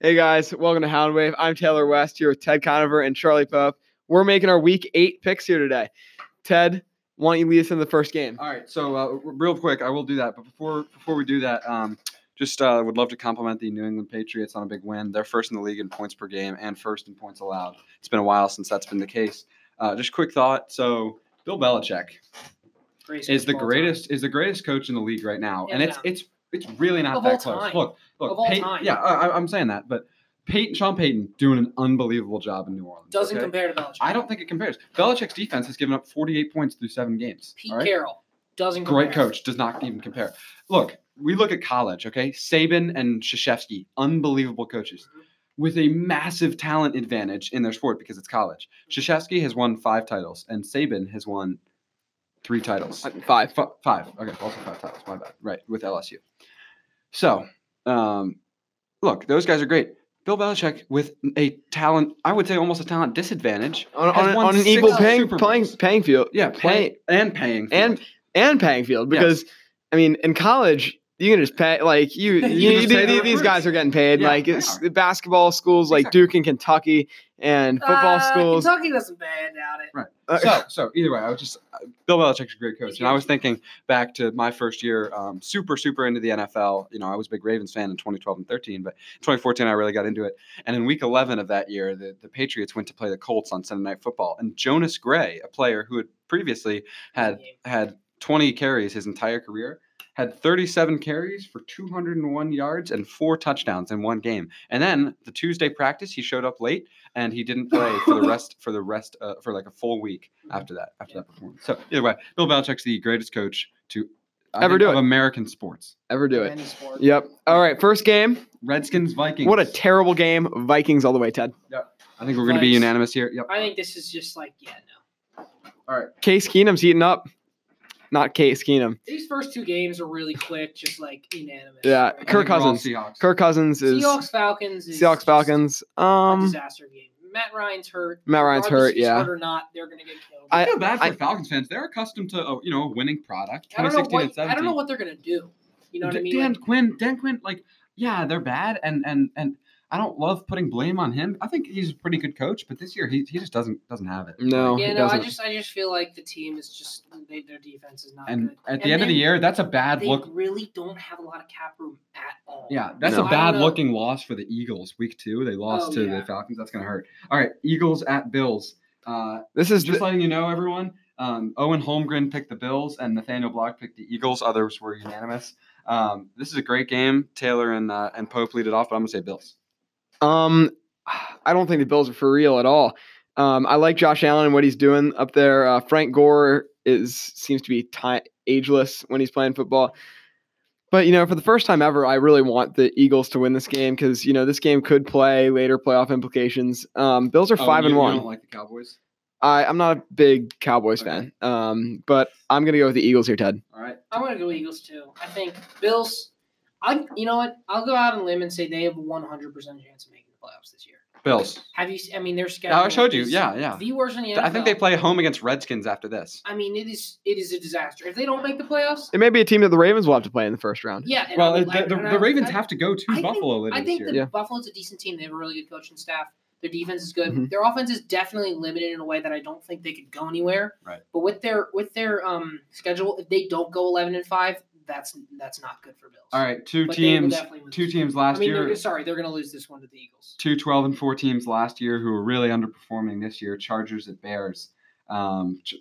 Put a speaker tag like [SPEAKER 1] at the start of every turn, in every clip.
[SPEAKER 1] Hey guys, welcome to Hound Wave. I'm Taylor West here with Ted Conover and Charlie Pope. We're making our week eight picks here today. Ted, why don't you lead us in the first game?
[SPEAKER 2] All right, so uh, r- real quick, I will do that. But before before we do that, um, just uh, would love to compliment the New England Patriots on a big win. They're first in the league in points per game and first in points allowed. It's been a while since that's been the case. Uh, just quick thought. So Bill Belichick is the greatest is the greatest coach in the league right now, and it's
[SPEAKER 3] Hands
[SPEAKER 2] it's it's really not
[SPEAKER 3] Of
[SPEAKER 2] that
[SPEAKER 3] all
[SPEAKER 2] close.
[SPEAKER 3] time.
[SPEAKER 2] Look, look,
[SPEAKER 3] Of all
[SPEAKER 2] Pey-
[SPEAKER 3] time.
[SPEAKER 2] yeah, I, I- I'm saying that, but Peyton, Sean Payton, doing an unbelievable job in New Orleans.
[SPEAKER 3] Doesn't
[SPEAKER 2] okay?
[SPEAKER 3] compare to Belichick.
[SPEAKER 2] I don't think it compares. Belichick's defense has given up 48 points through seven games.
[SPEAKER 3] Pete
[SPEAKER 2] all right?
[SPEAKER 3] Carroll doesn't compare.
[SPEAKER 2] Great coach. Does not even compare. Look, we look at college, okay? Saban and Shashevsky, unbelievable coaches with a massive talent advantage in their sport because it's college. Shashevsky has won five titles, and Saban has won three titles.
[SPEAKER 1] Uh, Five.
[SPEAKER 2] Fi- Five. Okay, also five titles. My bad. Right, with LSU. So, um, look, those guys are great. Bill Belichick with a talent, I would say almost a talent disadvantage.
[SPEAKER 1] On,
[SPEAKER 2] Has
[SPEAKER 1] on,
[SPEAKER 2] won
[SPEAKER 1] on an
[SPEAKER 2] six
[SPEAKER 1] equal paying,
[SPEAKER 2] Super
[SPEAKER 1] playing,
[SPEAKER 2] Bowls.
[SPEAKER 1] paying field.
[SPEAKER 2] Yeah, pay,
[SPEAKER 1] Pay-
[SPEAKER 2] and paying. for
[SPEAKER 1] And
[SPEAKER 2] it.
[SPEAKER 1] and paying field
[SPEAKER 2] Yeah.
[SPEAKER 1] because I mean in college you can just pay like you, you,
[SPEAKER 2] You
[SPEAKER 1] you-
[SPEAKER 2] just pay the
[SPEAKER 1] these- these guys
[SPEAKER 2] recruits.
[SPEAKER 1] are getting paid
[SPEAKER 2] Yeah,
[SPEAKER 1] like
[SPEAKER 2] they
[SPEAKER 1] it's
[SPEAKER 2] are.
[SPEAKER 1] the basketball schools like
[SPEAKER 2] Exactly.
[SPEAKER 1] Duke and Kentucky and football
[SPEAKER 3] Uh,
[SPEAKER 1] schools.
[SPEAKER 3] Kentucky doesn't bad doubt it.
[SPEAKER 1] Uh,
[SPEAKER 2] so, so either way, I was just uh, Bill Belichick's a great coach, and I was thinking back to my first year, um, super, super into the NFL. You know, I was a big Ravens fan in 2012 and 13, but 2014 I really got into it. And in Week 11 of that year, the, the Patriots went to play the Colts on Sunday Night Football, and Jonas Gray, a player who had previously had had 20 carries his entire career. Had 37 carries for 201 yards and four touchdowns in one game. And then the Tuesday practice, he showed up late and he didn't play for the rest for the rest uh, for like a full week
[SPEAKER 1] Mm-hmm.
[SPEAKER 2] after that after that performance. So either way, Bill Belichick's the greatest coach to I
[SPEAKER 1] Ever
[SPEAKER 2] think,
[SPEAKER 1] do
[SPEAKER 2] of
[SPEAKER 1] it.
[SPEAKER 2] American sports.
[SPEAKER 1] Ever do it.
[SPEAKER 3] Any sport.
[SPEAKER 1] Yep. All right, first game.
[SPEAKER 2] Redskins Vikings.
[SPEAKER 1] What a terrible game. Vikings all the way, Ted.
[SPEAKER 2] I think we're going to be
[SPEAKER 3] Vikes.
[SPEAKER 2] unanimous here. Yep.
[SPEAKER 3] I think this is just like yeah no.
[SPEAKER 1] Case Keenum's heating up. Not Case Keenum.
[SPEAKER 3] These first two games are really quick, just like unanimous.
[SPEAKER 1] Yeah,
[SPEAKER 2] I
[SPEAKER 3] right?
[SPEAKER 1] Kirk
[SPEAKER 2] think we're all
[SPEAKER 1] Cousins.
[SPEAKER 2] Seahawks.
[SPEAKER 1] Kirk Cousins is
[SPEAKER 3] Seahawks Falcons. Is
[SPEAKER 1] Seahawks
[SPEAKER 3] just
[SPEAKER 1] Falcons.
[SPEAKER 3] A
[SPEAKER 1] Um,
[SPEAKER 3] disaster game. Matt Ryan's hurt.
[SPEAKER 1] Matt Ryan's
[SPEAKER 3] Regardless
[SPEAKER 1] hurt.
[SPEAKER 3] if he's
[SPEAKER 1] Yeah.
[SPEAKER 3] Hurt or not, they're gonna get killed.
[SPEAKER 1] I-
[SPEAKER 2] I feel bad for
[SPEAKER 1] I-
[SPEAKER 2] Falcons fans. They're accustomed to a, you know a winning product.
[SPEAKER 3] I don't know
[SPEAKER 2] 2016
[SPEAKER 3] what
[SPEAKER 2] and
[SPEAKER 3] I don't know
[SPEAKER 2] 17.
[SPEAKER 3] what they're gonna do. You know what I
[SPEAKER 2] D-
[SPEAKER 3] mean?
[SPEAKER 2] Dan
[SPEAKER 3] Like,
[SPEAKER 2] Quinn, Dan Quinn, like, yeah, they're bad, and and and I don't love putting blame on him. I think he's a pretty good coach, but this year he, he just doesn't doesn't have it.
[SPEAKER 1] No.
[SPEAKER 3] yeah,
[SPEAKER 1] he
[SPEAKER 3] no, I
[SPEAKER 1] doesn't.
[SPEAKER 3] just I just feel like the team is just they, their defense is not
[SPEAKER 2] And
[SPEAKER 3] good.
[SPEAKER 2] at the
[SPEAKER 3] And
[SPEAKER 2] end of the
[SPEAKER 3] then
[SPEAKER 2] year, that's a bad
[SPEAKER 3] they
[SPEAKER 2] look.
[SPEAKER 3] really don't have a lot of cap room at all.
[SPEAKER 2] Yeah, that's
[SPEAKER 1] No.
[SPEAKER 2] a
[SPEAKER 3] I
[SPEAKER 2] bad
[SPEAKER 3] don't know.
[SPEAKER 2] looking loss for the Eagles. Week two, they lost
[SPEAKER 3] Oh,
[SPEAKER 2] to
[SPEAKER 3] yeah.
[SPEAKER 2] the Falcons. That's gonna hurt. All right, Eagles at Bills. Uh,
[SPEAKER 1] this is
[SPEAKER 2] just
[SPEAKER 1] the,
[SPEAKER 2] letting you know, everyone. Um, Owen Holmgren picked the Bills, and Nathaniel Block picked the Eagles. Others were unanimous. Um, this is a great game. Taylor and uh, and Pope lead it off, but I'm gonna say Bills.
[SPEAKER 1] um. I don't think the Bills are for real at all. Um, I like Josh Allen and what he's doing up there. Uh, Frank Gore is seems to be ti ageless when he's playing football. But you know, for the first time ever, I really want the Eagles to win this game because you know this game could play later playoff implications. Um, Bills are
[SPEAKER 2] Oh,
[SPEAKER 1] five and
[SPEAKER 2] you- you
[SPEAKER 1] one.
[SPEAKER 2] don't like the Cowboys.
[SPEAKER 1] I, I'm not a big Cowboys
[SPEAKER 2] Okay.
[SPEAKER 1] fan, um, but I'm gonna go with the Eagles here, Ted.
[SPEAKER 2] All right.
[SPEAKER 3] I'm gonna go Eagles too. I think Bills. I you know what? I'll go out on a limb and say they have a 100 percent chance of making the playoffs this year.
[SPEAKER 2] Bills.
[SPEAKER 3] Have you? I mean, their schedule.
[SPEAKER 2] Yeah, I showed you.
[SPEAKER 3] is
[SPEAKER 2] Yeah, yeah.
[SPEAKER 3] The worst in the NFL.
[SPEAKER 2] I think they play home against Redskins after this.
[SPEAKER 3] I mean, it is it is a disaster. If they don't make the playoffs,
[SPEAKER 1] It may be a team that the Ravens will have to play in the first round.
[SPEAKER 3] yeah. and I
[SPEAKER 2] Well,
[SPEAKER 3] would
[SPEAKER 2] the,
[SPEAKER 3] like-
[SPEAKER 2] the,
[SPEAKER 3] and I-
[SPEAKER 2] the Ravens
[SPEAKER 3] I-
[SPEAKER 2] have to go to
[SPEAKER 3] I think-
[SPEAKER 2] Buffalo later
[SPEAKER 3] I
[SPEAKER 2] this
[SPEAKER 3] think
[SPEAKER 2] year.
[SPEAKER 3] that
[SPEAKER 1] Yeah.
[SPEAKER 3] Buffalo's a decent team. They have a really good coaching staff. Their defense is good.
[SPEAKER 2] Mm-hmm.
[SPEAKER 1] Mhm.
[SPEAKER 3] Their offense is definitely limited in a way that I don't think they could go anywhere.
[SPEAKER 2] Right.
[SPEAKER 3] But with their with their um schedule, if they don't go eleven and five, that's that's not good for Bills.
[SPEAKER 2] All right, two
[SPEAKER 3] But they will
[SPEAKER 2] teams,
[SPEAKER 3] definitely lose.
[SPEAKER 2] two teams
[SPEAKER 3] I
[SPEAKER 2] last
[SPEAKER 3] mean,
[SPEAKER 2] year,
[SPEAKER 3] they're, sorry, they're going to lose this one to the Eagles.
[SPEAKER 2] two 12 and four teams last year who are really underperforming this year. Chargers at Bears. Um, Ch-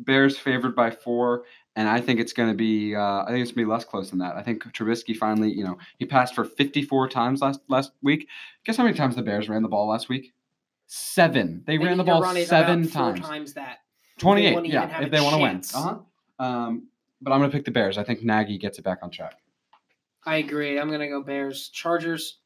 [SPEAKER 2] Bears favored by four, and I think it's going to be. Uh, I think it's going to be less close than that. I think Trubisky finally, you know, he passed for 54 times last last week. Guess how many times the Bears ran the ball last week? Seven. They,
[SPEAKER 3] They
[SPEAKER 2] ran the
[SPEAKER 3] need to
[SPEAKER 2] ball
[SPEAKER 3] run it about
[SPEAKER 2] seven
[SPEAKER 3] four
[SPEAKER 2] times.
[SPEAKER 3] that.
[SPEAKER 2] 28,
[SPEAKER 3] wanna even
[SPEAKER 2] yeah,
[SPEAKER 3] have
[SPEAKER 2] if
[SPEAKER 3] a
[SPEAKER 2] they want to win.
[SPEAKER 3] chance.
[SPEAKER 2] Uh-huh. Um, but I'm going to pick the Bears. I think Nagy gets it back on track.
[SPEAKER 3] I agree. I'm going to go Bears. Chargers.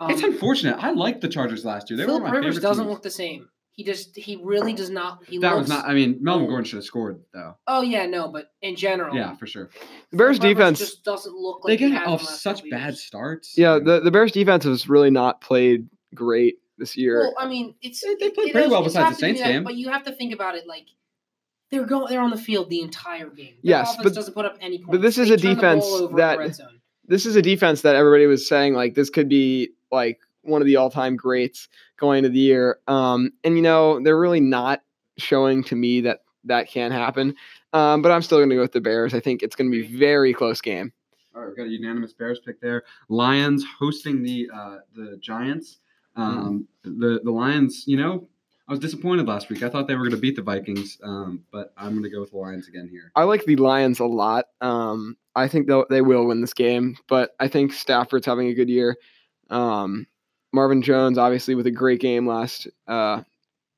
[SPEAKER 3] Um,
[SPEAKER 2] it's unfortunate. I liked the Chargers last year. They were
[SPEAKER 3] Philip
[SPEAKER 2] my
[SPEAKER 3] Rivers
[SPEAKER 2] favorite
[SPEAKER 3] doesn't
[SPEAKER 2] teams.
[SPEAKER 3] look the same. He just he really does not. He
[SPEAKER 2] That was
[SPEAKER 3] looks,
[SPEAKER 2] not. I mean, Melvin
[SPEAKER 3] Oh.
[SPEAKER 2] Gordon should have scored though.
[SPEAKER 3] Oh yeah, no, but in general,
[SPEAKER 2] Yeah, for sure.
[SPEAKER 1] The Bears
[SPEAKER 3] Phillip
[SPEAKER 1] defense
[SPEAKER 3] Rivers just doesn't look
[SPEAKER 2] They
[SPEAKER 3] like he
[SPEAKER 2] get
[SPEAKER 3] has in
[SPEAKER 2] off
[SPEAKER 3] the last
[SPEAKER 2] such
[SPEAKER 3] couple
[SPEAKER 2] bad
[SPEAKER 3] years.
[SPEAKER 2] starts.
[SPEAKER 1] Yeah, the, the Bears defense has really not played great this year.
[SPEAKER 3] Well, I mean, it's
[SPEAKER 2] They- they
[SPEAKER 3] it-
[SPEAKER 2] played pretty
[SPEAKER 3] it does-
[SPEAKER 2] well
[SPEAKER 3] you
[SPEAKER 2] besides
[SPEAKER 3] have
[SPEAKER 2] the
[SPEAKER 3] to do
[SPEAKER 2] Saints
[SPEAKER 3] that,
[SPEAKER 2] game.
[SPEAKER 3] but you have to think about it like they're going. They're on the field the entire game. Their
[SPEAKER 1] Yes,
[SPEAKER 3] offense
[SPEAKER 1] but-
[SPEAKER 3] doesn't put up any points.
[SPEAKER 1] this is
[SPEAKER 3] They
[SPEAKER 1] a
[SPEAKER 3] turn the ball
[SPEAKER 1] defense
[SPEAKER 3] over in the
[SPEAKER 1] that-
[SPEAKER 3] red zone.
[SPEAKER 1] this is a defense that everybody was saying like this could be like one of the all-time greats going into the year. Um, and you know they're really not showing to me that that can happen. Um, but I'm still going to go with the Bears. I think it's going to be a very close game.
[SPEAKER 2] All right, we've got a unanimous Bears pick there. Lions hosting the uh, the Giants. Um, The the Lions, you know, I was disappointed last week. I thought they were going to beat the Vikings, um, but I'm going to go with the Lions again here.
[SPEAKER 1] I like the Lions a lot. Um, I think they'll, they will win this game, but I think Stafford's having a good year. Um, Marvin Jones, obviously, with a great game last uh,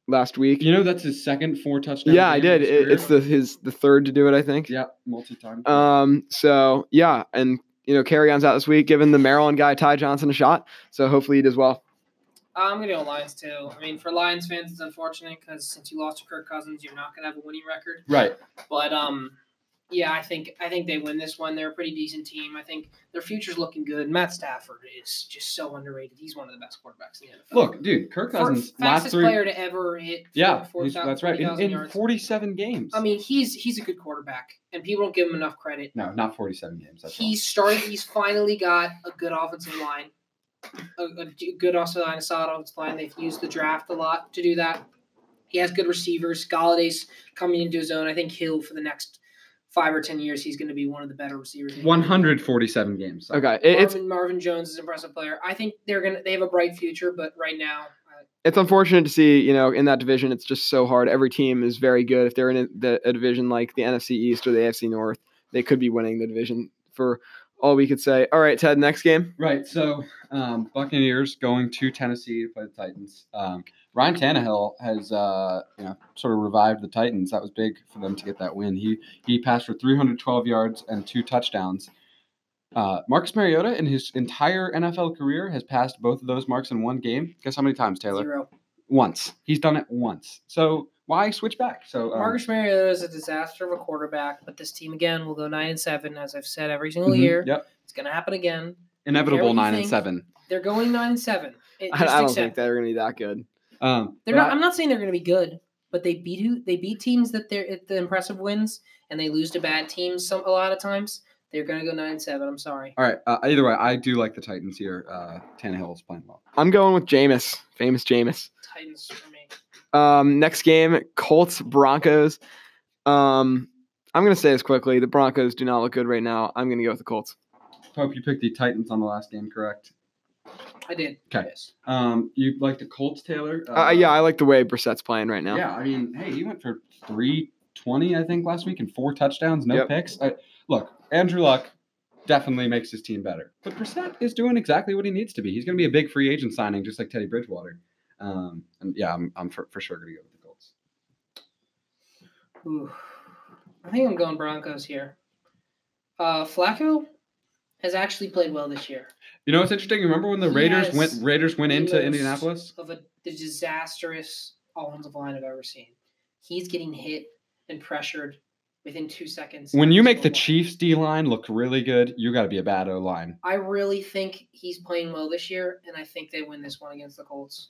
[SPEAKER 1] last week.
[SPEAKER 2] You know, that's his second four touchdown.
[SPEAKER 1] Yeah, I
[SPEAKER 2] game of
[SPEAKER 1] did.
[SPEAKER 2] his
[SPEAKER 1] It,
[SPEAKER 2] career.
[SPEAKER 1] it's the his the third to do it, I think.
[SPEAKER 2] yeah multi time.
[SPEAKER 1] Um, so yeah, and you know, carry on's out this week, giving the Maryland guy Ty Johnson a shot. So hopefully he does well.
[SPEAKER 3] I'm gonna go Lions too. I mean, for Lions fans, it's unfortunate because since you lost to Kirk Cousins, you're not gonna have a winning record.
[SPEAKER 2] right.
[SPEAKER 3] But um, yeah, I think I think they win this one. They're a pretty decent team. I think their future's looking good. Matt Stafford is just so underrated. He's one of the best quarterbacks in the NFL.
[SPEAKER 2] Look, dude, Kirk
[SPEAKER 3] Fir-
[SPEAKER 2] Cousins last
[SPEAKER 3] fastest
[SPEAKER 2] three.
[SPEAKER 3] player to ever hit.
[SPEAKER 2] yeah,
[SPEAKER 3] four-
[SPEAKER 2] he's-
[SPEAKER 3] 4,000
[SPEAKER 2] that's right. In,
[SPEAKER 3] 40,000
[SPEAKER 2] in
[SPEAKER 3] yards.
[SPEAKER 2] 47 games.
[SPEAKER 3] I mean, he's he's a good quarterback, and people don't give him enough credit.
[SPEAKER 2] no, not 47 games. That's
[SPEAKER 3] He's started. He's finally got a good offensive line, a, a d- good offensive line, a solid offensive line. They've used the draft a lot to do that. He has good receivers. Galladay's coming into his own. I think Hill for the next five or ten years, he's going to be one of the better receivers. in
[SPEAKER 2] all.
[SPEAKER 3] the
[SPEAKER 2] 147 games. sorry.
[SPEAKER 1] Okay, it, it's
[SPEAKER 3] Marvin, Marvin Jones is an impressive player. I think they're gonna they have a bright future, but right now, uh,
[SPEAKER 1] it's unfortunate to see, you know, in that division, it's just so hard. Every team is very good. If they're in a, the, a division like the NFC East or the AFC North, they could be winning the division for all we could say. All right, Ted, next game.
[SPEAKER 2] Right. So um, Buccaneers going to Tennessee to play the Titans. Um, Ryan Tannehill has uh, you know, sort of revived the Titans. That was big for them to get that win. He he passed for 312 yards and two touchdowns. Uh, Marcus Mariota in his entire NFL career has passed both of those marks in one game. Guess how many times, Taylor?
[SPEAKER 3] zero.
[SPEAKER 2] Once. He's done it once. So why switch back? So um,
[SPEAKER 3] Marcus Mariota is a disaster of a quarterback, but this team again will go nine and seven, as I've said every single
[SPEAKER 2] mhm,
[SPEAKER 3] year.
[SPEAKER 2] Yep.
[SPEAKER 3] It's gonna happen again.
[SPEAKER 2] Inevitable
[SPEAKER 3] you
[SPEAKER 2] nine and
[SPEAKER 3] think.
[SPEAKER 2] seven.
[SPEAKER 3] They're going nine and seven. It-
[SPEAKER 1] I,
[SPEAKER 3] just
[SPEAKER 1] I don't
[SPEAKER 3] accept-
[SPEAKER 1] think they're going to be that good.
[SPEAKER 2] Um,
[SPEAKER 3] They're
[SPEAKER 2] but
[SPEAKER 3] not.
[SPEAKER 2] I-
[SPEAKER 3] I'm not saying they're gonna be good, but they beat who they beat teams that they're it- the impressive wins, and they lose to bad teams some a lot of times. They're gonna go nine and seven. I'm sorry.
[SPEAKER 2] all right. Uh, either way, I do like the Titans here. Uh, Tannehill is playing well.
[SPEAKER 1] I'm going with Jameis, famous Jameis.
[SPEAKER 3] Titans for me.
[SPEAKER 1] Um, next game, Colts Broncos. Um, I'm going to say this quickly. The Broncos do not look good right now. I'm going to go with the Colts.
[SPEAKER 2] Pope, you picked the Titans on the last game, correct?
[SPEAKER 3] I did.
[SPEAKER 2] Okay.
[SPEAKER 3] Yes.
[SPEAKER 2] Um, you like the Colts, Taylor?
[SPEAKER 1] Uh, yeah, I like the way Brissett's playing right now.
[SPEAKER 2] yeah. I mean, hey, he went for three twenty, I think, last week, and four touchdowns, no
[SPEAKER 1] Yep.
[SPEAKER 2] picks. I, look, Andrew Luck definitely makes his team better, but Brissett is doing exactly what he needs to be. He's going to be a big free agent signing, just like Teddy Bridgewater. Um, and yeah, I'm, I'm for, for sure going to go with the Colts.
[SPEAKER 3] Ooh. I think I'm going Broncos here. Uh, Flacco has actually played well this year.
[SPEAKER 2] You know what's interesting? Remember when the Raiders
[SPEAKER 3] Yes.
[SPEAKER 2] went Raiders went
[SPEAKER 3] He
[SPEAKER 2] into
[SPEAKER 3] was-
[SPEAKER 2] Indianapolis?
[SPEAKER 3] Of a the disastrous offensive line I've ever seen. He's getting hit and pressured within two seconds.
[SPEAKER 2] When you make the
[SPEAKER 3] cheat,
[SPEAKER 2] Chiefs D line look really good, you got to be a bad O line.
[SPEAKER 3] I really think he's playing well this year, and I think they win this one against the Colts.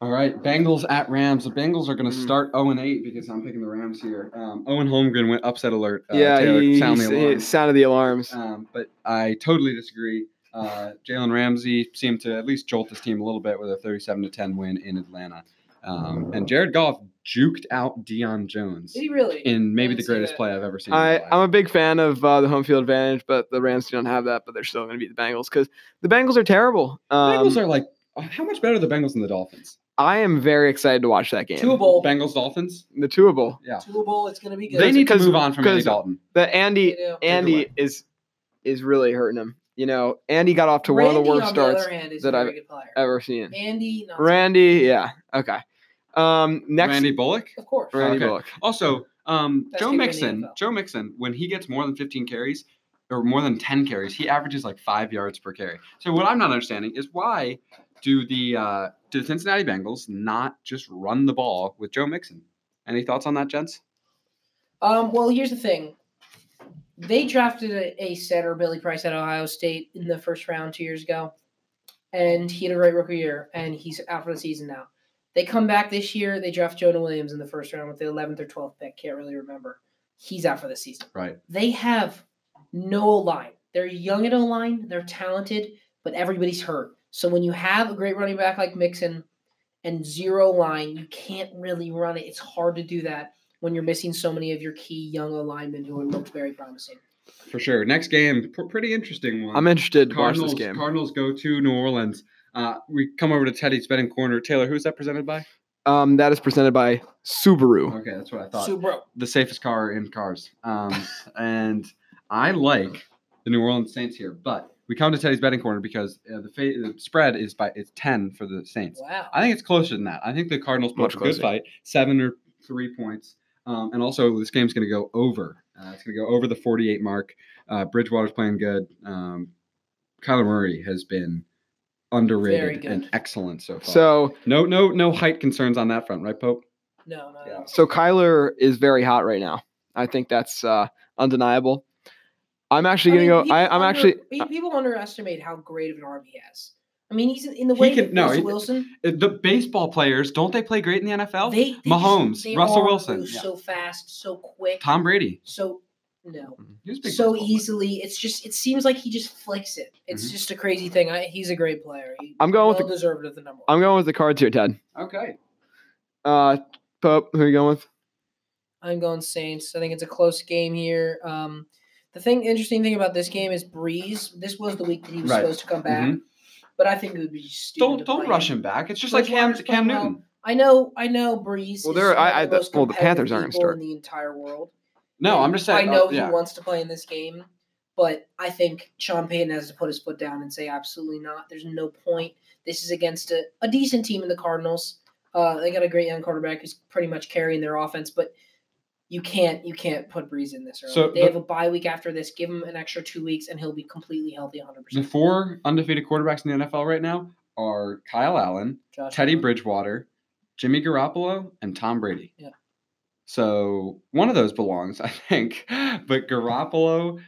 [SPEAKER 2] All right, Bengals at Rams. The Bengals are going to
[SPEAKER 1] Mhm.
[SPEAKER 2] start 0 and 8 because I'm picking the Rams here. Um, Owen Holmgren went upset alert. Uh,
[SPEAKER 1] yeah,
[SPEAKER 2] Taylor,
[SPEAKER 1] he,
[SPEAKER 2] sound the
[SPEAKER 1] he- he
[SPEAKER 2] alarm.
[SPEAKER 1] sounded the alarms.
[SPEAKER 2] Um, but I totally disagree. Uh, Jalen Ramsey seemed to at least jolt his team a little bit with a 37 to 10 win in Atlanta. Um, and Jared Goff juked out Deion Jones
[SPEAKER 3] Did he really?
[SPEAKER 2] in maybe the
[SPEAKER 3] didn't see
[SPEAKER 2] greatest
[SPEAKER 3] that.
[SPEAKER 2] play I've ever seen. in my
[SPEAKER 1] I,
[SPEAKER 2] life.
[SPEAKER 1] I'm a big fan of uh, the home field advantage, but the Rams don't have that. But they're still going to beat the Bengals because the Bengals are terrible. Um,
[SPEAKER 2] Bengals are like, how much better are the Bengals than the Dolphins?
[SPEAKER 1] I am very excited to watch that game.
[SPEAKER 3] Tua Bowl.
[SPEAKER 2] Bengals Dolphins.
[SPEAKER 1] The Tuable.
[SPEAKER 2] Yeah,
[SPEAKER 3] Tua Bowl, it's going to be good.
[SPEAKER 2] they need to
[SPEAKER 1] 'cause-
[SPEAKER 2] move on from Andy
[SPEAKER 1] 'cause-
[SPEAKER 2] Dalton.
[SPEAKER 1] That
[SPEAKER 3] They
[SPEAKER 1] Andy
[SPEAKER 3] do.
[SPEAKER 1] Andy
[SPEAKER 2] away.
[SPEAKER 1] is is really hurting him. You know, Andy got off to one of
[SPEAKER 3] Randy,
[SPEAKER 1] the worst
[SPEAKER 3] on
[SPEAKER 1] starts
[SPEAKER 3] other hand, is
[SPEAKER 1] that
[SPEAKER 3] a
[SPEAKER 1] I've
[SPEAKER 3] very good player.
[SPEAKER 1] ever seen.
[SPEAKER 3] Andy, not so
[SPEAKER 1] Randy, yeah, okay. Um, next,
[SPEAKER 2] Randy Bullock.
[SPEAKER 3] much. Of course.
[SPEAKER 1] Randy
[SPEAKER 2] Okay.
[SPEAKER 1] Bullock.
[SPEAKER 2] Also, um,
[SPEAKER 3] Best
[SPEAKER 2] Joe
[SPEAKER 3] kicker in the
[SPEAKER 2] Mixon,
[SPEAKER 3] NFL.
[SPEAKER 2] Joe Mixon, when he gets more than 15 carries or more than 10 carries, he averages like five yards per carry. So what I'm not understanding is why do the uh, do the Cincinnati Bengals not just run the ball with Joe Mixon? Any thoughts on that, gents?
[SPEAKER 3] Um, well, here's the thing. They drafted a, a center, Billy Price, at Ohio State in the first round two years ago, and he had a great rookie year, and he's out for the season now. They come back this year. They draft Jonah Williams in the first round with the 11th or 12th pick. Can't really remember. He's out for the season.
[SPEAKER 2] Right.
[SPEAKER 3] They have no line. They're young at O line. They're talented, but everybody's hurt. So when you have a great running back like Mixon and zero line, you can't really run it. It's hard to do that when you're missing so many of your key young alignment who look very promising.
[SPEAKER 2] for sure. Next game, p- pretty interesting one.
[SPEAKER 1] I'm interested to watch
[SPEAKER 2] Cardinals.
[SPEAKER 1] this game.
[SPEAKER 2] Cardinals go to New Orleans. Uh, we come over to Teddy's betting corner. Taylor, who's that presented by?
[SPEAKER 1] Um, that is presented by Subaru.
[SPEAKER 2] Okay, that's what I thought.
[SPEAKER 3] So, bro,
[SPEAKER 2] the safest car in cars. Um, and I like the New Orleans Saints here, but we come to Teddy's betting corner because uh, the, fa- the spread is by it's ten for the Saints.
[SPEAKER 3] wow.
[SPEAKER 2] I think it's closer than that. I think the Cardinals put
[SPEAKER 1] Much
[SPEAKER 2] up a good
[SPEAKER 1] closer.
[SPEAKER 2] fight, seven or three points. Um, and also, this game's going to go over. Uh, it's going to go over the 48 mark. Uh, Bridgewater's playing good. Um, Kyler Murray has been underrated
[SPEAKER 3] good.
[SPEAKER 2] and excellent so far.
[SPEAKER 1] So
[SPEAKER 2] no, no, no height concerns on that front, right, Pope?
[SPEAKER 3] No, no,
[SPEAKER 2] Yeah.
[SPEAKER 3] no.
[SPEAKER 1] so Kyler is very hot right now. I think that's uh, undeniable. I'm actually
[SPEAKER 3] I
[SPEAKER 1] gonna
[SPEAKER 3] mean,
[SPEAKER 1] go. I,
[SPEAKER 3] people
[SPEAKER 1] I'm
[SPEAKER 3] under-
[SPEAKER 1] actually
[SPEAKER 3] pe- people underestimate how great of an arm he has. I mean, he's in, in the
[SPEAKER 2] He
[SPEAKER 3] way
[SPEAKER 2] can-
[SPEAKER 3] that
[SPEAKER 2] no,
[SPEAKER 3] Russell
[SPEAKER 2] he-
[SPEAKER 3] Wilson.
[SPEAKER 2] Uh, The baseball players don't they play great in the NFL?
[SPEAKER 3] They, they just-
[SPEAKER 2] Mahomes,
[SPEAKER 3] their
[SPEAKER 2] Russell
[SPEAKER 3] arm
[SPEAKER 2] Wilson,
[SPEAKER 3] moves
[SPEAKER 2] yeah.
[SPEAKER 3] so fast, so quick,
[SPEAKER 2] Tom Brady.
[SPEAKER 3] so no,
[SPEAKER 2] He was a big
[SPEAKER 3] so
[SPEAKER 2] baseball
[SPEAKER 3] easily. It's just it seems like he just flicks it. It's
[SPEAKER 2] Mhm.
[SPEAKER 3] just a crazy thing. I, he's a great player. He,
[SPEAKER 1] Mm-hmm. I'm going with
[SPEAKER 3] well
[SPEAKER 1] the-
[SPEAKER 3] deserved of the number. One.
[SPEAKER 1] I'm going with the cards here, Ted.
[SPEAKER 2] player. Okay.
[SPEAKER 1] Uh, Pope, who are you going with?
[SPEAKER 3] I'm going Saints. I think it's a close game here. Um, the thing, interesting thing about this game is Breeze. This was the week that he was
[SPEAKER 2] Right.
[SPEAKER 3] supposed to come back,
[SPEAKER 1] Mm-hmm.
[SPEAKER 3] but I think it would be stupid. to
[SPEAKER 2] Don't don't
[SPEAKER 3] play
[SPEAKER 2] rush him back. It's just like
[SPEAKER 3] First
[SPEAKER 2] Cam
[SPEAKER 3] one is
[SPEAKER 2] Cam
[SPEAKER 3] playing well.
[SPEAKER 2] Newton.
[SPEAKER 3] I know, I know, Breeze.
[SPEAKER 1] Well,
[SPEAKER 3] is
[SPEAKER 1] there- I-
[SPEAKER 3] one
[SPEAKER 1] I-
[SPEAKER 3] of the, most
[SPEAKER 1] well, the Panthers
[SPEAKER 3] competitive
[SPEAKER 1] aren't gonna
[SPEAKER 3] people
[SPEAKER 1] start.
[SPEAKER 3] in the entire world.
[SPEAKER 2] No,
[SPEAKER 3] And
[SPEAKER 2] I'm just saying.
[SPEAKER 3] I know
[SPEAKER 2] uh,
[SPEAKER 3] he
[SPEAKER 2] yeah.
[SPEAKER 3] wants to play in this game, but I think Sean Payton has to put his foot down and say absolutely not. There's no point. This is against a, a decent team in the Cardinals. Uh, they got a great young quarterback who's pretty much carrying their offense, but you can't you can't put Breeze in this early.
[SPEAKER 2] So
[SPEAKER 3] they
[SPEAKER 2] the-
[SPEAKER 3] have a bye week after this. Give him an extra two weeks, and he'll be completely healthy, 100.
[SPEAKER 2] The
[SPEAKER 3] percent
[SPEAKER 2] four undefeated quarterbacks in the NFL right now are Kyle Allen,
[SPEAKER 3] Uh-huh.
[SPEAKER 2] Teddy Bridgewater, Jimmy Garoppolo, and Tom Brady.
[SPEAKER 3] Yeah.
[SPEAKER 2] So one of those belongs, I think. But Garoppolo,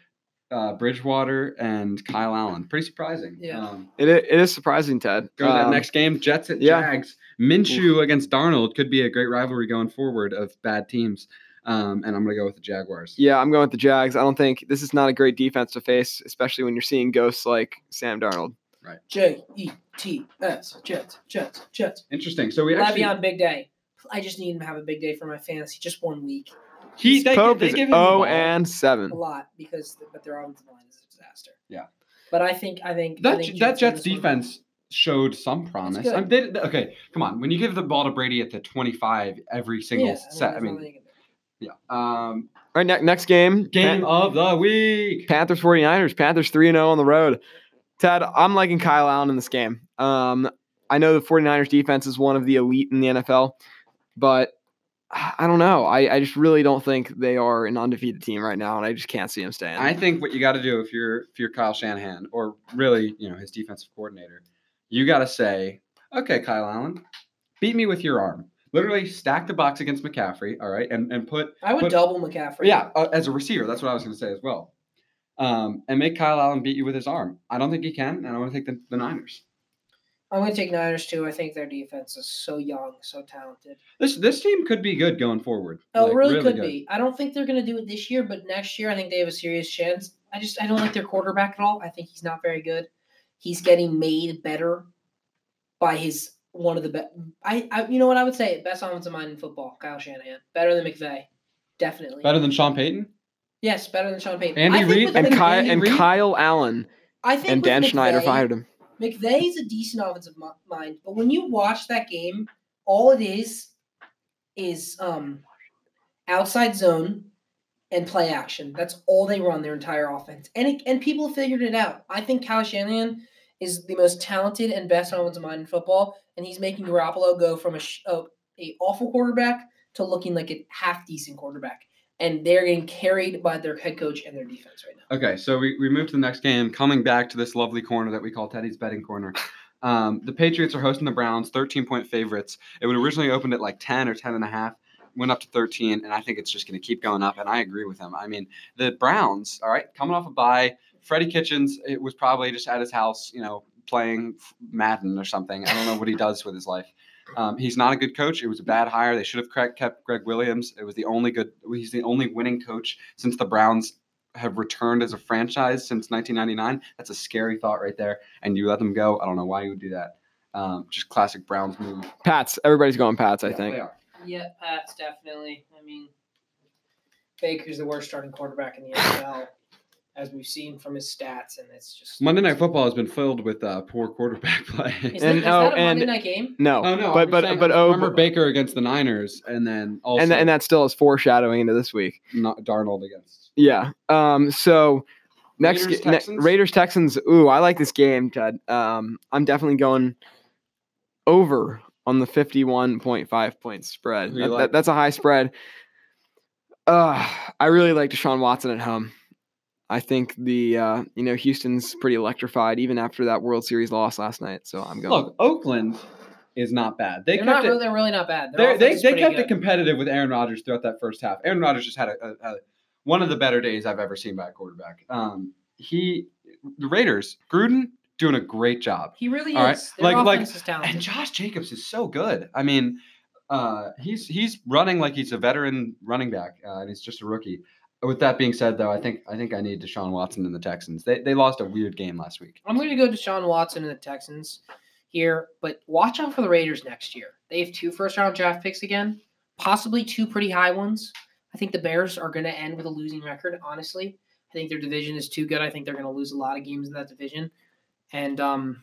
[SPEAKER 2] uh, Bridgewater, and Kyle Allen. Pretty surprising.
[SPEAKER 3] Yeah.
[SPEAKER 2] Um,
[SPEAKER 1] It, i- it is surprising, Ted.
[SPEAKER 2] Go to that
[SPEAKER 1] Um,
[SPEAKER 2] next game, Jets at
[SPEAKER 1] yeah.
[SPEAKER 2] Jags. Minshew against Darnold could be a great rivalry going forward of bad teams. Um, and I'm gonna go with the Jaguars.
[SPEAKER 1] Yeah, I'm going with the Jags. I don't think this is not a great defense to face, especially when you're seeing ghosts like Sam Darnold.
[SPEAKER 3] J E T S Jets Jets Jets.
[SPEAKER 2] Interesting. So we actually
[SPEAKER 3] Le'Veon, big day. I just need him to have a big day for my fantasy. Just one week,
[SPEAKER 2] he they,
[SPEAKER 1] Pope
[SPEAKER 2] they
[SPEAKER 1] is
[SPEAKER 2] give him the
[SPEAKER 1] oh
[SPEAKER 2] ball.
[SPEAKER 1] and seven.
[SPEAKER 3] a lot because but their offensive line is a disaster.
[SPEAKER 2] Yeah.
[SPEAKER 3] but I think I think I
[SPEAKER 2] that
[SPEAKER 3] think
[SPEAKER 2] that
[SPEAKER 3] win
[SPEAKER 2] Jets
[SPEAKER 3] this one.
[SPEAKER 2] defense showed some promise.
[SPEAKER 3] good.
[SPEAKER 2] I mean, they, they- okay, come on. When you give the ball to Brady at the 25 every single
[SPEAKER 3] Yeah,
[SPEAKER 2] set, I
[SPEAKER 3] there's
[SPEAKER 2] mean,
[SPEAKER 3] nothing you can
[SPEAKER 2] yeah. Um,
[SPEAKER 1] All right, ne- next game.
[SPEAKER 2] game
[SPEAKER 1] Pan-
[SPEAKER 2] of the week.
[SPEAKER 1] Panthers 49ers. Panthers 3 0 on the road. Ted, I'm liking Kyle Allen in this game. Um, I know the 49ers defense is one of the elite in the NFL, but I don't know. I, I just really don't think they are an undefeated team right now, and I just can't see them staying.
[SPEAKER 2] I think what you got to do if you're if you're Kyle Shanahan or really you know his defensive coordinator, you got to say, okay, Kyle Allen, beat me with your arm. Literally stack the box against McCaffrey, all right, and and put
[SPEAKER 3] do. I would
[SPEAKER 2] But-
[SPEAKER 3] double McCaffrey.
[SPEAKER 2] yeah uh, as a receiver. That's what I was going to say as well. Um, and make Kyle Allen beat you with his arm. I don't think he can, and I want to take the, the Niners.
[SPEAKER 3] I'm going to take Niners too. I think their defense is so young, so talented.
[SPEAKER 2] This this team could be good going forward.
[SPEAKER 3] Oh,
[SPEAKER 2] Like,
[SPEAKER 3] really, could
[SPEAKER 2] good.
[SPEAKER 3] be. I don't think they're going to do it this year, but next year I think they have a serious chance. I just I don't like their quarterback at all. I think he's not very good. He's getting made better by his one of the best. I, I you know what I would say best offensive mind in football, Kyle Shanahan, better than McVay, definitely.
[SPEAKER 2] better than Sean Payton.
[SPEAKER 3] Yes, better than Sean Payton.
[SPEAKER 2] Andy
[SPEAKER 3] I think
[SPEAKER 2] Reid-
[SPEAKER 3] with
[SPEAKER 1] and
[SPEAKER 3] Mc-
[SPEAKER 1] Kyle,
[SPEAKER 2] Andy
[SPEAKER 1] and
[SPEAKER 2] Reid?
[SPEAKER 1] Kyle Allen
[SPEAKER 3] I think
[SPEAKER 1] and
[SPEAKER 3] with
[SPEAKER 1] Dan Schneider
[SPEAKER 3] McVay-
[SPEAKER 1] fired him.
[SPEAKER 3] McVay's a decent offensive mi- mind, but when you watch that game, all it is is um outside zone and play action. That's all they run their entire offense, and it, and people figured it out. I think Kyle Shanahan is the most talented and best offensive mind in football, and he's making Garoppolo go from a, sh- a, a awful quarterback to looking like a half decent quarterback. And they're getting carried by their head coach and their defense right now.
[SPEAKER 2] Okay, so we, we move to the next game. Coming back to this lovely corner that we call Teddy's betting corner. Um, the Patriots are hosting the Browns, 13 point favorites. It would originally opened at like 10 or 10 and a half, went up to 13, and I think it's just going to keep going up. And I agree with him. I mean, the Browns, all right, coming off a bye. Freddie Kitchens, it was probably just at his house, you know, playing f- Madden or something. I don't know what he does with his life. Um, he's not a good coach. It was a bad hire. They should have cre- kept Greg Williams. It was the only good. He's the only winning coach since the Browns have returned as a franchise since 1999. That's a scary thought right there. And you let them go. I don't know why you would do that. Um, just classic Browns move.
[SPEAKER 1] Pats. Everybody's going Pats. I
[SPEAKER 2] Yeah,
[SPEAKER 1] think.
[SPEAKER 2] they are.
[SPEAKER 3] Yeah, Pats definitely. I mean, Baker's the worst starting quarterback in the NFL, as we've seen from his stats, and it's just
[SPEAKER 2] Monday Night Football has been filled with uh, poor quarterback play.
[SPEAKER 3] Is, that-
[SPEAKER 1] And-
[SPEAKER 3] is
[SPEAKER 1] oh,
[SPEAKER 3] that
[SPEAKER 1] and-
[SPEAKER 3] a Monday night game?
[SPEAKER 1] No.
[SPEAKER 2] Oh no!
[SPEAKER 1] But
[SPEAKER 2] I'm just
[SPEAKER 1] but
[SPEAKER 2] saying,
[SPEAKER 1] but
[SPEAKER 2] I
[SPEAKER 1] oh.
[SPEAKER 2] remember Baker against the Niners, and then Oh, also
[SPEAKER 1] and, and that still is foreshadowing into this week.
[SPEAKER 2] not Darnold against.
[SPEAKER 1] Yeah. Um. So next
[SPEAKER 2] Raiders,
[SPEAKER 1] Raiders, ne-
[SPEAKER 2] Texans?
[SPEAKER 1] Raiders Texans. Ooh, I like this game, Ted. Um. I'm definitely going over on the 51.5 point spread.
[SPEAKER 2] Who you
[SPEAKER 1] That- that-
[SPEAKER 2] like?
[SPEAKER 1] that's a high spread. Uh, I really like Deshaun Watson at home. I think the uh, you know Houston's pretty electrified even after that World Series loss last night. So I'm going.
[SPEAKER 2] Look, Oakland is not bad. They
[SPEAKER 3] They are
[SPEAKER 2] kept
[SPEAKER 3] not.
[SPEAKER 2] it.
[SPEAKER 3] really, they're really not bad. Their
[SPEAKER 2] They're-
[SPEAKER 3] offense
[SPEAKER 2] they
[SPEAKER 3] is
[SPEAKER 2] they
[SPEAKER 3] pretty
[SPEAKER 2] kept
[SPEAKER 3] good.
[SPEAKER 2] it competitive with Aaron Rodgers throughout that first half. Aaron Rodgers just had a, a, a- one of the better days I've ever seen by a quarterback. Um, he, the Raiders, Gruden doing a great job,
[SPEAKER 3] He really is.
[SPEAKER 2] All right,
[SPEAKER 3] Their
[SPEAKER 2] like- like-
[SPEAKER 3] offense is talented.
[SPEAKER 2] and Josh Jacobs is so good. I mean, uh, he's he's running like he's a veteran running back, uh, and he's just a rookie. With that being said, though, I think I think I need Deshaun Watson and the Texans. They they lost a weird game last week.
[SPEAKER 3] I'm going to go to Sean Watson and the Texans here, but watch out for the Raiders next year. They have two first round draft picks again, possibly two pretty high ones. I think the Bears are going to end with a losing record, honestly. I think their division is too good. I think they're going to lose a lot of games in that division. And um,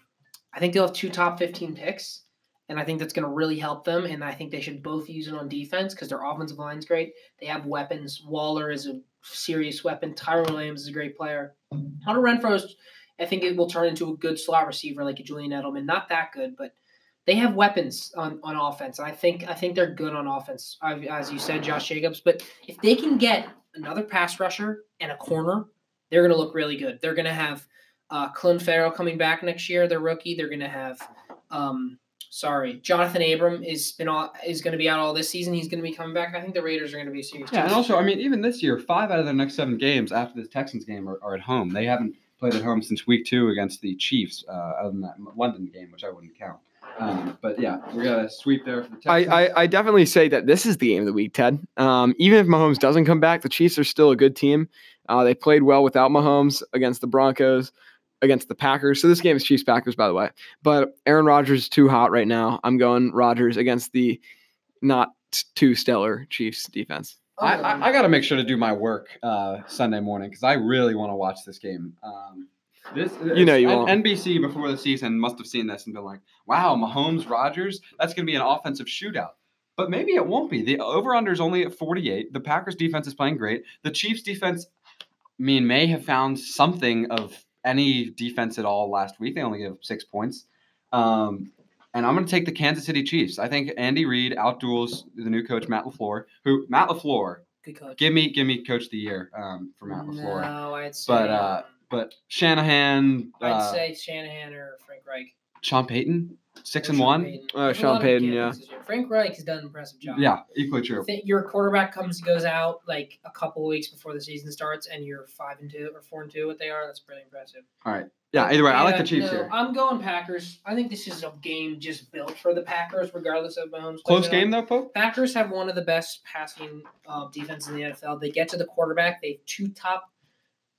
[SPEAKER 3] I think they'll have two top 15 picks. And I think that's going to really help them. And I think they should both use it on defense because their offensive line's great. They have weapons. Waller is a serious weapon. Tyron Williams is a great player. Hunter Renfro is I think it will turn into a good slot receiver like a Julian Edelman. Not that good, but they have weapons on, on offense. I think I think they're good on offense, I- as you said, Josh Jacobs. But if they can get another pass rusher and a corner, they're going to look really good. They're going to have uh, Clint Farrell coming back next year, their rookie. They're going to have, um, sorry, Jonathan Abram is been all, is going to be out all this season. He's going to be coming back. I think the Raiders are going to be a serious.
[SPEAKER 2] Yeah, and
[SPEAKER 3] team.
[SPEAKER 2] also, I mean, even this year, five out of their next seven games after this Texans game are, are at home. They haven't played at home since week two against the Chiefs, uh, other than that London game, which I wouldn't count. Um, but yeah, we got a sweep there for the
[SPEAKER 1] I,
[SPEAKER 2] Texans.
[SPEAKER 1] I, I definitely say that this is the game of the week, Ted. Um, even if Mahomes doesn't come back, the Chiefs are still a good team. Uh, they played well without Mahomes against the Broncos, against the Packers. So this game is Chiefs Packers, by the way. But Aaron Rodgers is too hot right now. I'm going Rodgers against the not too stellar Chiefs defense.
[SPEAKER 2] I, I, got to make sure to do my work uh, Sunday morning because I really want to watch this game. Um, this,
[SPEAKER 1] You know you
[SPEAKER 2] N-
[SPEAKER 1] won't.
[SPEAKER 2] NBC before the season must have seen this and been like, "Wow, Mahomes, Rodgers, that's going to be an offensive shootout." But maybe it won't be. The over/under is only at 48. The Packers defense is playing great. The Chiefs defense, I mean, may have found something of any defense at all last week. They only gave up six points. Um, and I'm going to take the Kansas City Chiefs. I think Andy Reid outduels the new coach Matt Lafleur. Who Matt Lafleur
[SPEAKER 3] good coach.
[SPEAKER 2] Give me, give me, coach of the year um, for Matt Lafleur.
[SPEAKER 3] No, I'd say,
[SPEAKER 2] But, uh, But Shanahan,
[SPEAKER 3] I'd
[SPEAKER 2] uh,
[SPEAKER 3] say Shanahan or Frank Reich.
[SPEAKER 2] Sean Payton, six
[SPEAKER 3] Or
[SPEAKER 2] and
[SPEAKER 3] Sean
[SPEAKER 2] one. Uh,
[SPEAKER 3] Payton.
[SPEAKER 1] Oh,
[SPEAKER 3] There's a
[SPEAKER 1] Sean
[SPEAKER 3] lot of
[SPEAKER 1] Payton,
[SPEAKER 3] good
[SPEAKER 1] yeah.
[SPEAKER 3] pieces here. Frank Reich has done an impressive job.
[SPEAKER 2] Yeah, equally true.
[SPEAKER 3] Th- Your quarterback comes and goes out like a couple of weeks before the season starts, and you're five and two or four and two. What they are, that's pretty impressive.
[SPEAKER 2] All right. Yeah. Either way, I like
[SPEAKER 3] Yeah,
[SPEAKER 2] the Chiefs
[SPEAKER 3] no,
[SPEAKER 2] here.
[SPEAKER 3] I'm going Packers. I think this is a game just built for the Packers, regardless of Mahomes. plays
[SPEAKER 2] Close
[SPEAKER 3] or not.
[SPEAKER 2] game though, Pope.
[SPEAKER 3] Packers have one of the best passing uh, defense in the NFL. They get to the quarterback. They have two top.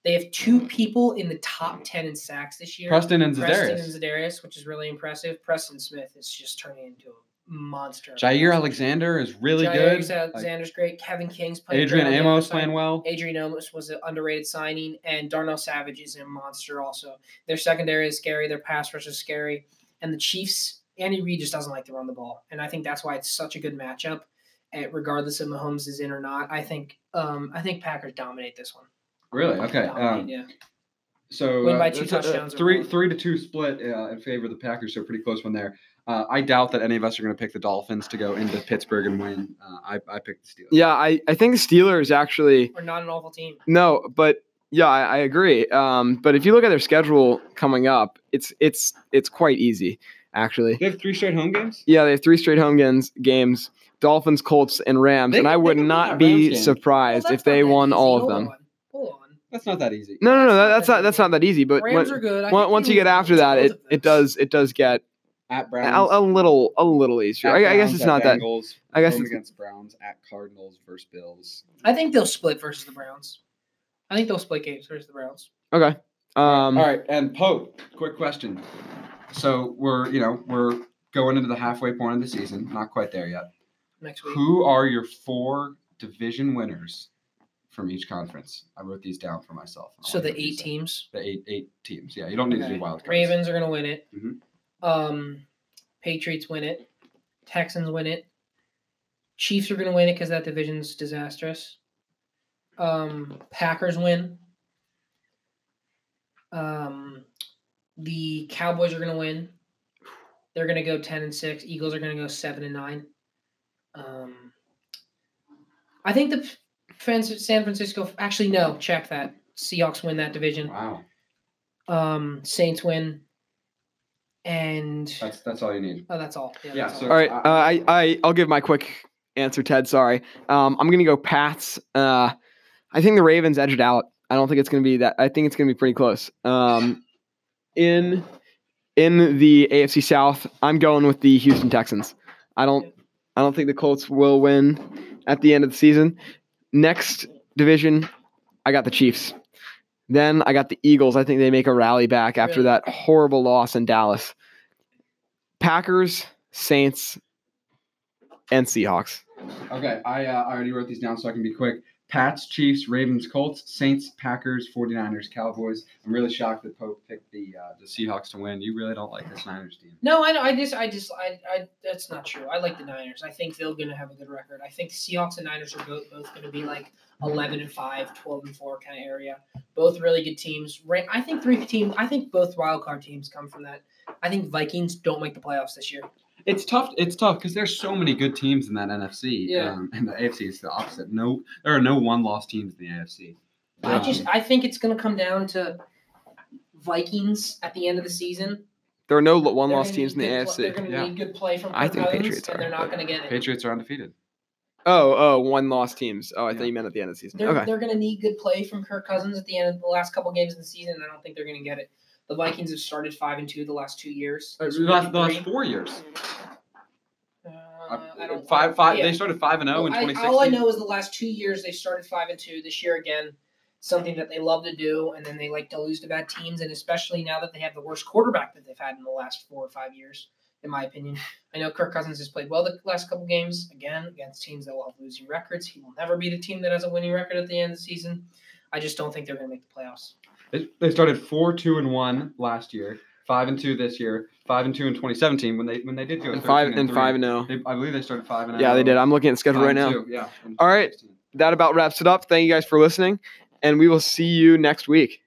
[SPEAKER 3] They have two people in the top ten in sacks this year.
[SPEAKER 2] Preston and
[SPEAKER 3] Preston and
[SPEAKER 2] Zadarius.
[SPEAKER 3] Zadarius, which is really impressive. Preston Smith is just turning into a monster.
[SPEAKER 2] Jair Alexander is really
[SPEAKER 3] Jair
[SPEAKER 2] good.
[SPEAKER 3] Alexander's great. Kevin King's
[SPEAKER 2] Like,
[SPEAKER 3] playing.
[SPEAKER 2] Adrian
[SPEAKER 3] great on the
[SPEAKER 2] Amos
[SPEAKER 3] outside.
[SPEAKER 2] playing well.
[SPEAKER 3] Adrian Amos was an underrated signing, and Darnell Savage is a monster. Also, their secondary is scary. Their pass rush is scary, and the Chiefs. Andy Reid just doesn't like to run the ball, and I think that's why it's such a good matchup. eh, regardless of Mahomes is in or not, I think um, I think Packers dominate this one.
[SPEAKER 2] Really? Okay.
[SPEAKER 3] Dominate,
[SPEAKER 2] Um,
[SPEAKER 3] yeah.
[SPEAKER 2] so
[SPEAKER 3] Win
[SPEAKER 2] uh,
[SPEAKER 3] by two
[SPEAKER 2] it's a- a
[SPEAKER 3] touchdowns or
[SPEAKER 2] three
[SPEAKER 3] more.
[SPEAKER 2] three to two split uh, in favor of the Packers. So pretty close one there. Uh, I doubt that any of us are going to pick the Dolphins to go into Pittsburgh and win. Uh, I I picked the Steelers.
[SPEAKER 1] Yeah, I, I think the Steelers actually
[SPEAKER 3] We're not an awful team.
[SPEAKER 1] No, but yeah, I, I agree. Um, but if you look at their schedule coming up, it's it's it's quite easy actually.
[SPEAKER 2] They have three straight home games.
[SPEAKER 1] Yeah, they have three straight home games, games Dolphins, Colts, and Rams.
[SPEAKER 2] They
[SPEAKER 1] and
[SPEAKER 2] could-
[SPEAKER 1] I
[SPEAKER 2] they
[SPEAKER 1] would
[SPEAKER 2] could win
[SPEAKER 1] not
[SPEAKER 2] that Rams
[SPEAKER 1] be
[SPEAKER 2] game.
[SPEAKER 3] Well,
[SPEAKER 1] surprised
[SPEAKER 3] that's
[SPEAKER 1] if
[SPEAKER 3] not
[SPEAKER 1] they
[SPEAKER 3] that
[SPEAKER 1] won
[SPEAKER 3] easy.
[SPEAKER 1] all of
[SPEAKER 3] Hold
[SPEAKER 1] them.
[SPEAKER 3] on. Hold on.
[SPEAKER 2] That's not that easy.
[SPEAKER 1] No, no, no,
[SPEAKER 3] That's
[SPEAKER 1] that,
[SPEAKER 3] not
[SPEAKER 1] that's
[SPEAKER 3] that
[SPEAKER 1] not that's
[SPEAKER 3] easy.
[SPEAKER 1] not that easy. But
[SPEAKER 3] Rams
[SPEAKER 1] when-
[SPEAKER 3] are good. I
[SPEAKER 1] on-
[SPEAKER 3] think
[SPEAKER 1] once
[SPEAKER 3] they
[SPEAKER 1] you get
[SPEAKER 3] lose
[SPEAKER 1] after
[SPEAKER 3] both
[SPEAKER 1] that,
[SPEAKER 3] of
[SPEAKER 1] it, it
[SPEAKER 3] those.
[SPEAKER 1] does it does get
[SPEAKER 2] At
[SPEAKER 1] a,
[SPEAKER 2] Browns.
[SPEAKER 1] a little a little easier.
[SPEAKER 2] At
[SPEAKER 1] I, I guess
[SPEAKER 2] Browns,
[SPEAKER 1] it's
[SPEAKER 2] at
[SPEAKER 1] not that.
[SPEAKER 2] Bengals,
[SPEAKER 1] I guess
[SPEAKER 2] home
[SPEAKER 1] it's-
[SPEAKER 2] against Browns at Cardinals versus Bills.
[SPEAKER 3] I think they'll split versus the Browns. I think they'll split games versus the Browns.
[SPEAKER 1] Okay. Um,
[SPEAKER 2] All right, and Pope, quick question. So we're you know we're going into the halfway point of the season, not quite there yet.
[SPEAKER 3] Next
[SPEAKER 1] Hmm.
[SPEAKER 3] week.
[SPEAKER 2] Who are your four division winners from each conference? I wrote these down for myself. I
[SPEAKER 3] So
[SPEAKER 2] wanna
[SPEAKER 3] the
[SPEAKER 2] hear what you
[SPEAKER 3] eight
[SPEAKER 2] say.
[SPEAKER 3] teams.
[SPEAKER 2] The eight eight teams. Yeah, you don't need to
[SPEAKER 3] Okay.
[SPEAKER 2] do wild cards.
[SPEAKER 3] Ravens are gonna win it.
[SPEAKER 2] Mhm.
[SPEAKER 3] Um, Patriots win it. Texans win it. Chiefs are gonna win it because that division's disastrous. Um, Packers win. Um, the Cowboys are gonna win. They're gonna go ten and six. Eagles are gonna go seven and nine. Um, I think the P- Fran- San Francisco. Actually, no. Check that. Seahawks win that division
[SPEAKER 2] Wow,
[SPEAKER 3] um Saints win, and
[SPEAKER 2] that's that's all you need.
[SPEAKER 3] oh, that's all.
[SPEAKER 2] Yeah,
[SPEAKER 3] that's
[SPEAKER 2] so-
[SPEAKER 1] all right. Uh, I, I I'll give my quick answer, Ted. Sorry. Um, I'm gonna go Pats. Uh, I think the Ravens edged out. I don't think it's gonna be that. I think it's gonna be pretty close. Um, in in the AFC South, I'm going with the Houston Texans. I don't I don't think the Colts will win at the end of the season. Next division, I got the Chiefs. Then I got the Eagles. I think they make a rally back after
[SPEAKER 3] Really?
[SPEAKER 1] that horrible loss in Dallas. Packers, Saints, and Seahawks.
[SPEAKER 2] Okay, I uh, I already wrote these down so I can be quick. Pats, Chiefs, Ravens, Colts, Saints, Packers, 49ers, Cowboys. I'm really shocked that Pope picked the uh, the Seahawks to win. You really don't like this Niners team.
[SPEAKER 3] No, I know. I just, I just, I, I, that's not true. I like the Niners. I think they're going to have a good record. I think the Seahawks and Niners are both, both going to be like 11 and 5, 12 and 4 kind of area. Both really good teams. Ra- I think three teams, I think both wild card teams come from that. I think Vikings don't make the playoffs this year.
[SPEAKER 2] It's tough. It's tough because there's so many good teams in that NFC.
[SPEAKER 3] Yeah.
[SPEAKER 2] Um, and the AFC is the opposite. No, there are no one-loss teams in the AFC.
[SPEAKER 3] I just, I think it's going to come down to Vikings at the end of the season.
[SPEAKER 1] There are no lo- one
[SPEAKER 3] They're
[SPEAKER 1] loss
[SPEAKER 3] gonna
[SPEAKER 1] teams in
[SPEAKER 3] need
[SPEAKER 1] the
[SPEAKER 3] good pl- They're
[SPEAKER 1] AFC.
[SPEAKER 3] going to
[SPEAKER 2] yeah.
[SPEAKER 3] need good play from
[SPEAKER 1] I think
[SPEAKER 3] Kirk Cousins,
[SPEAKER 1] Patriots
[SPEAKER 3] and
[SPEAKER 1] are,
[SPEAKER 3] they're not
[SPEAKER 1] but
[SPEAKER 3] going to get it.
[SPEAKER 2] Patriots are undefeated.
[SPEAKER 1] Oh, oh, one loss teams. Oh, I
[SPEAKER 2] Yeah.
[SPEAKER 1] thought you meant at the end of the season.
[SPEAKER 3] They're,
[SPEAKER 1] okay.
[SPEAKER 3] they're going to need good play from Kirk Cousins at the end of the last couple games of the season. and I don't think they're going to get it. The Vikings have started five and two the last two years.
[SPEAKER 2] Uh,
[SPEAKER 3] This
[SPEAKER 2] The
[SPEAKER 3] would
[SPEAKER 2] last,
[SPEAKER 3] be
[SPEAKER 2] the last
[SPEAKER 3] three.
[SPEAKER 2] four years,
[SPEAKER 3] Uh, I
[SPEAKER 2] Uh,
[SPEAKER 3] don't
[SPEAKER 2] five five.
[SPEAKER 3] yeah.
[SPEAKER 2] They started five and zero oh, in
[SPEAKER 3] Well, I-
[SPEAKER 2] 2016.
[SPEAKER 3] all I know is the last two years they started five and two. This year again, something that they love to do, and then they like to lose to bad teams, and especially now that they have the worst quarterback that they've had in the last four or five years, in my opinion. I know Kirk Cousins has played well the last couple games again against teams that will have losing records. He will never be the team that has a winning record at the end of the season. I just don't think they're going to make the playoffs.
[SPEAKER 2] They, they started four, two, and one last year. Five and two this year. Five and two in 2017 when they when they did go
[SPEAKER 1] And
[SPEAKER 2] 13
[SPEAKER 1] five and
[SPEAKER 2] three.
[SPEAKER 1] five and zero.
[SPEAKER 2] They, I believe they started five and.
[SPEAKER 1] Yeah, they did. I'm looking at the
[SPEAKER 2] Five
[SPEAKER 1] schedule right
[SPEAKER 2] and
[SPEAKER 1] now.
[SPEAKER 2] two, Yeah. in
[SPEAKER 1] All right.
[SPEAKER 2] 2016.
[SPEAKER 1] That about wraps it up. Thank you guys for listening, and we will see you next week.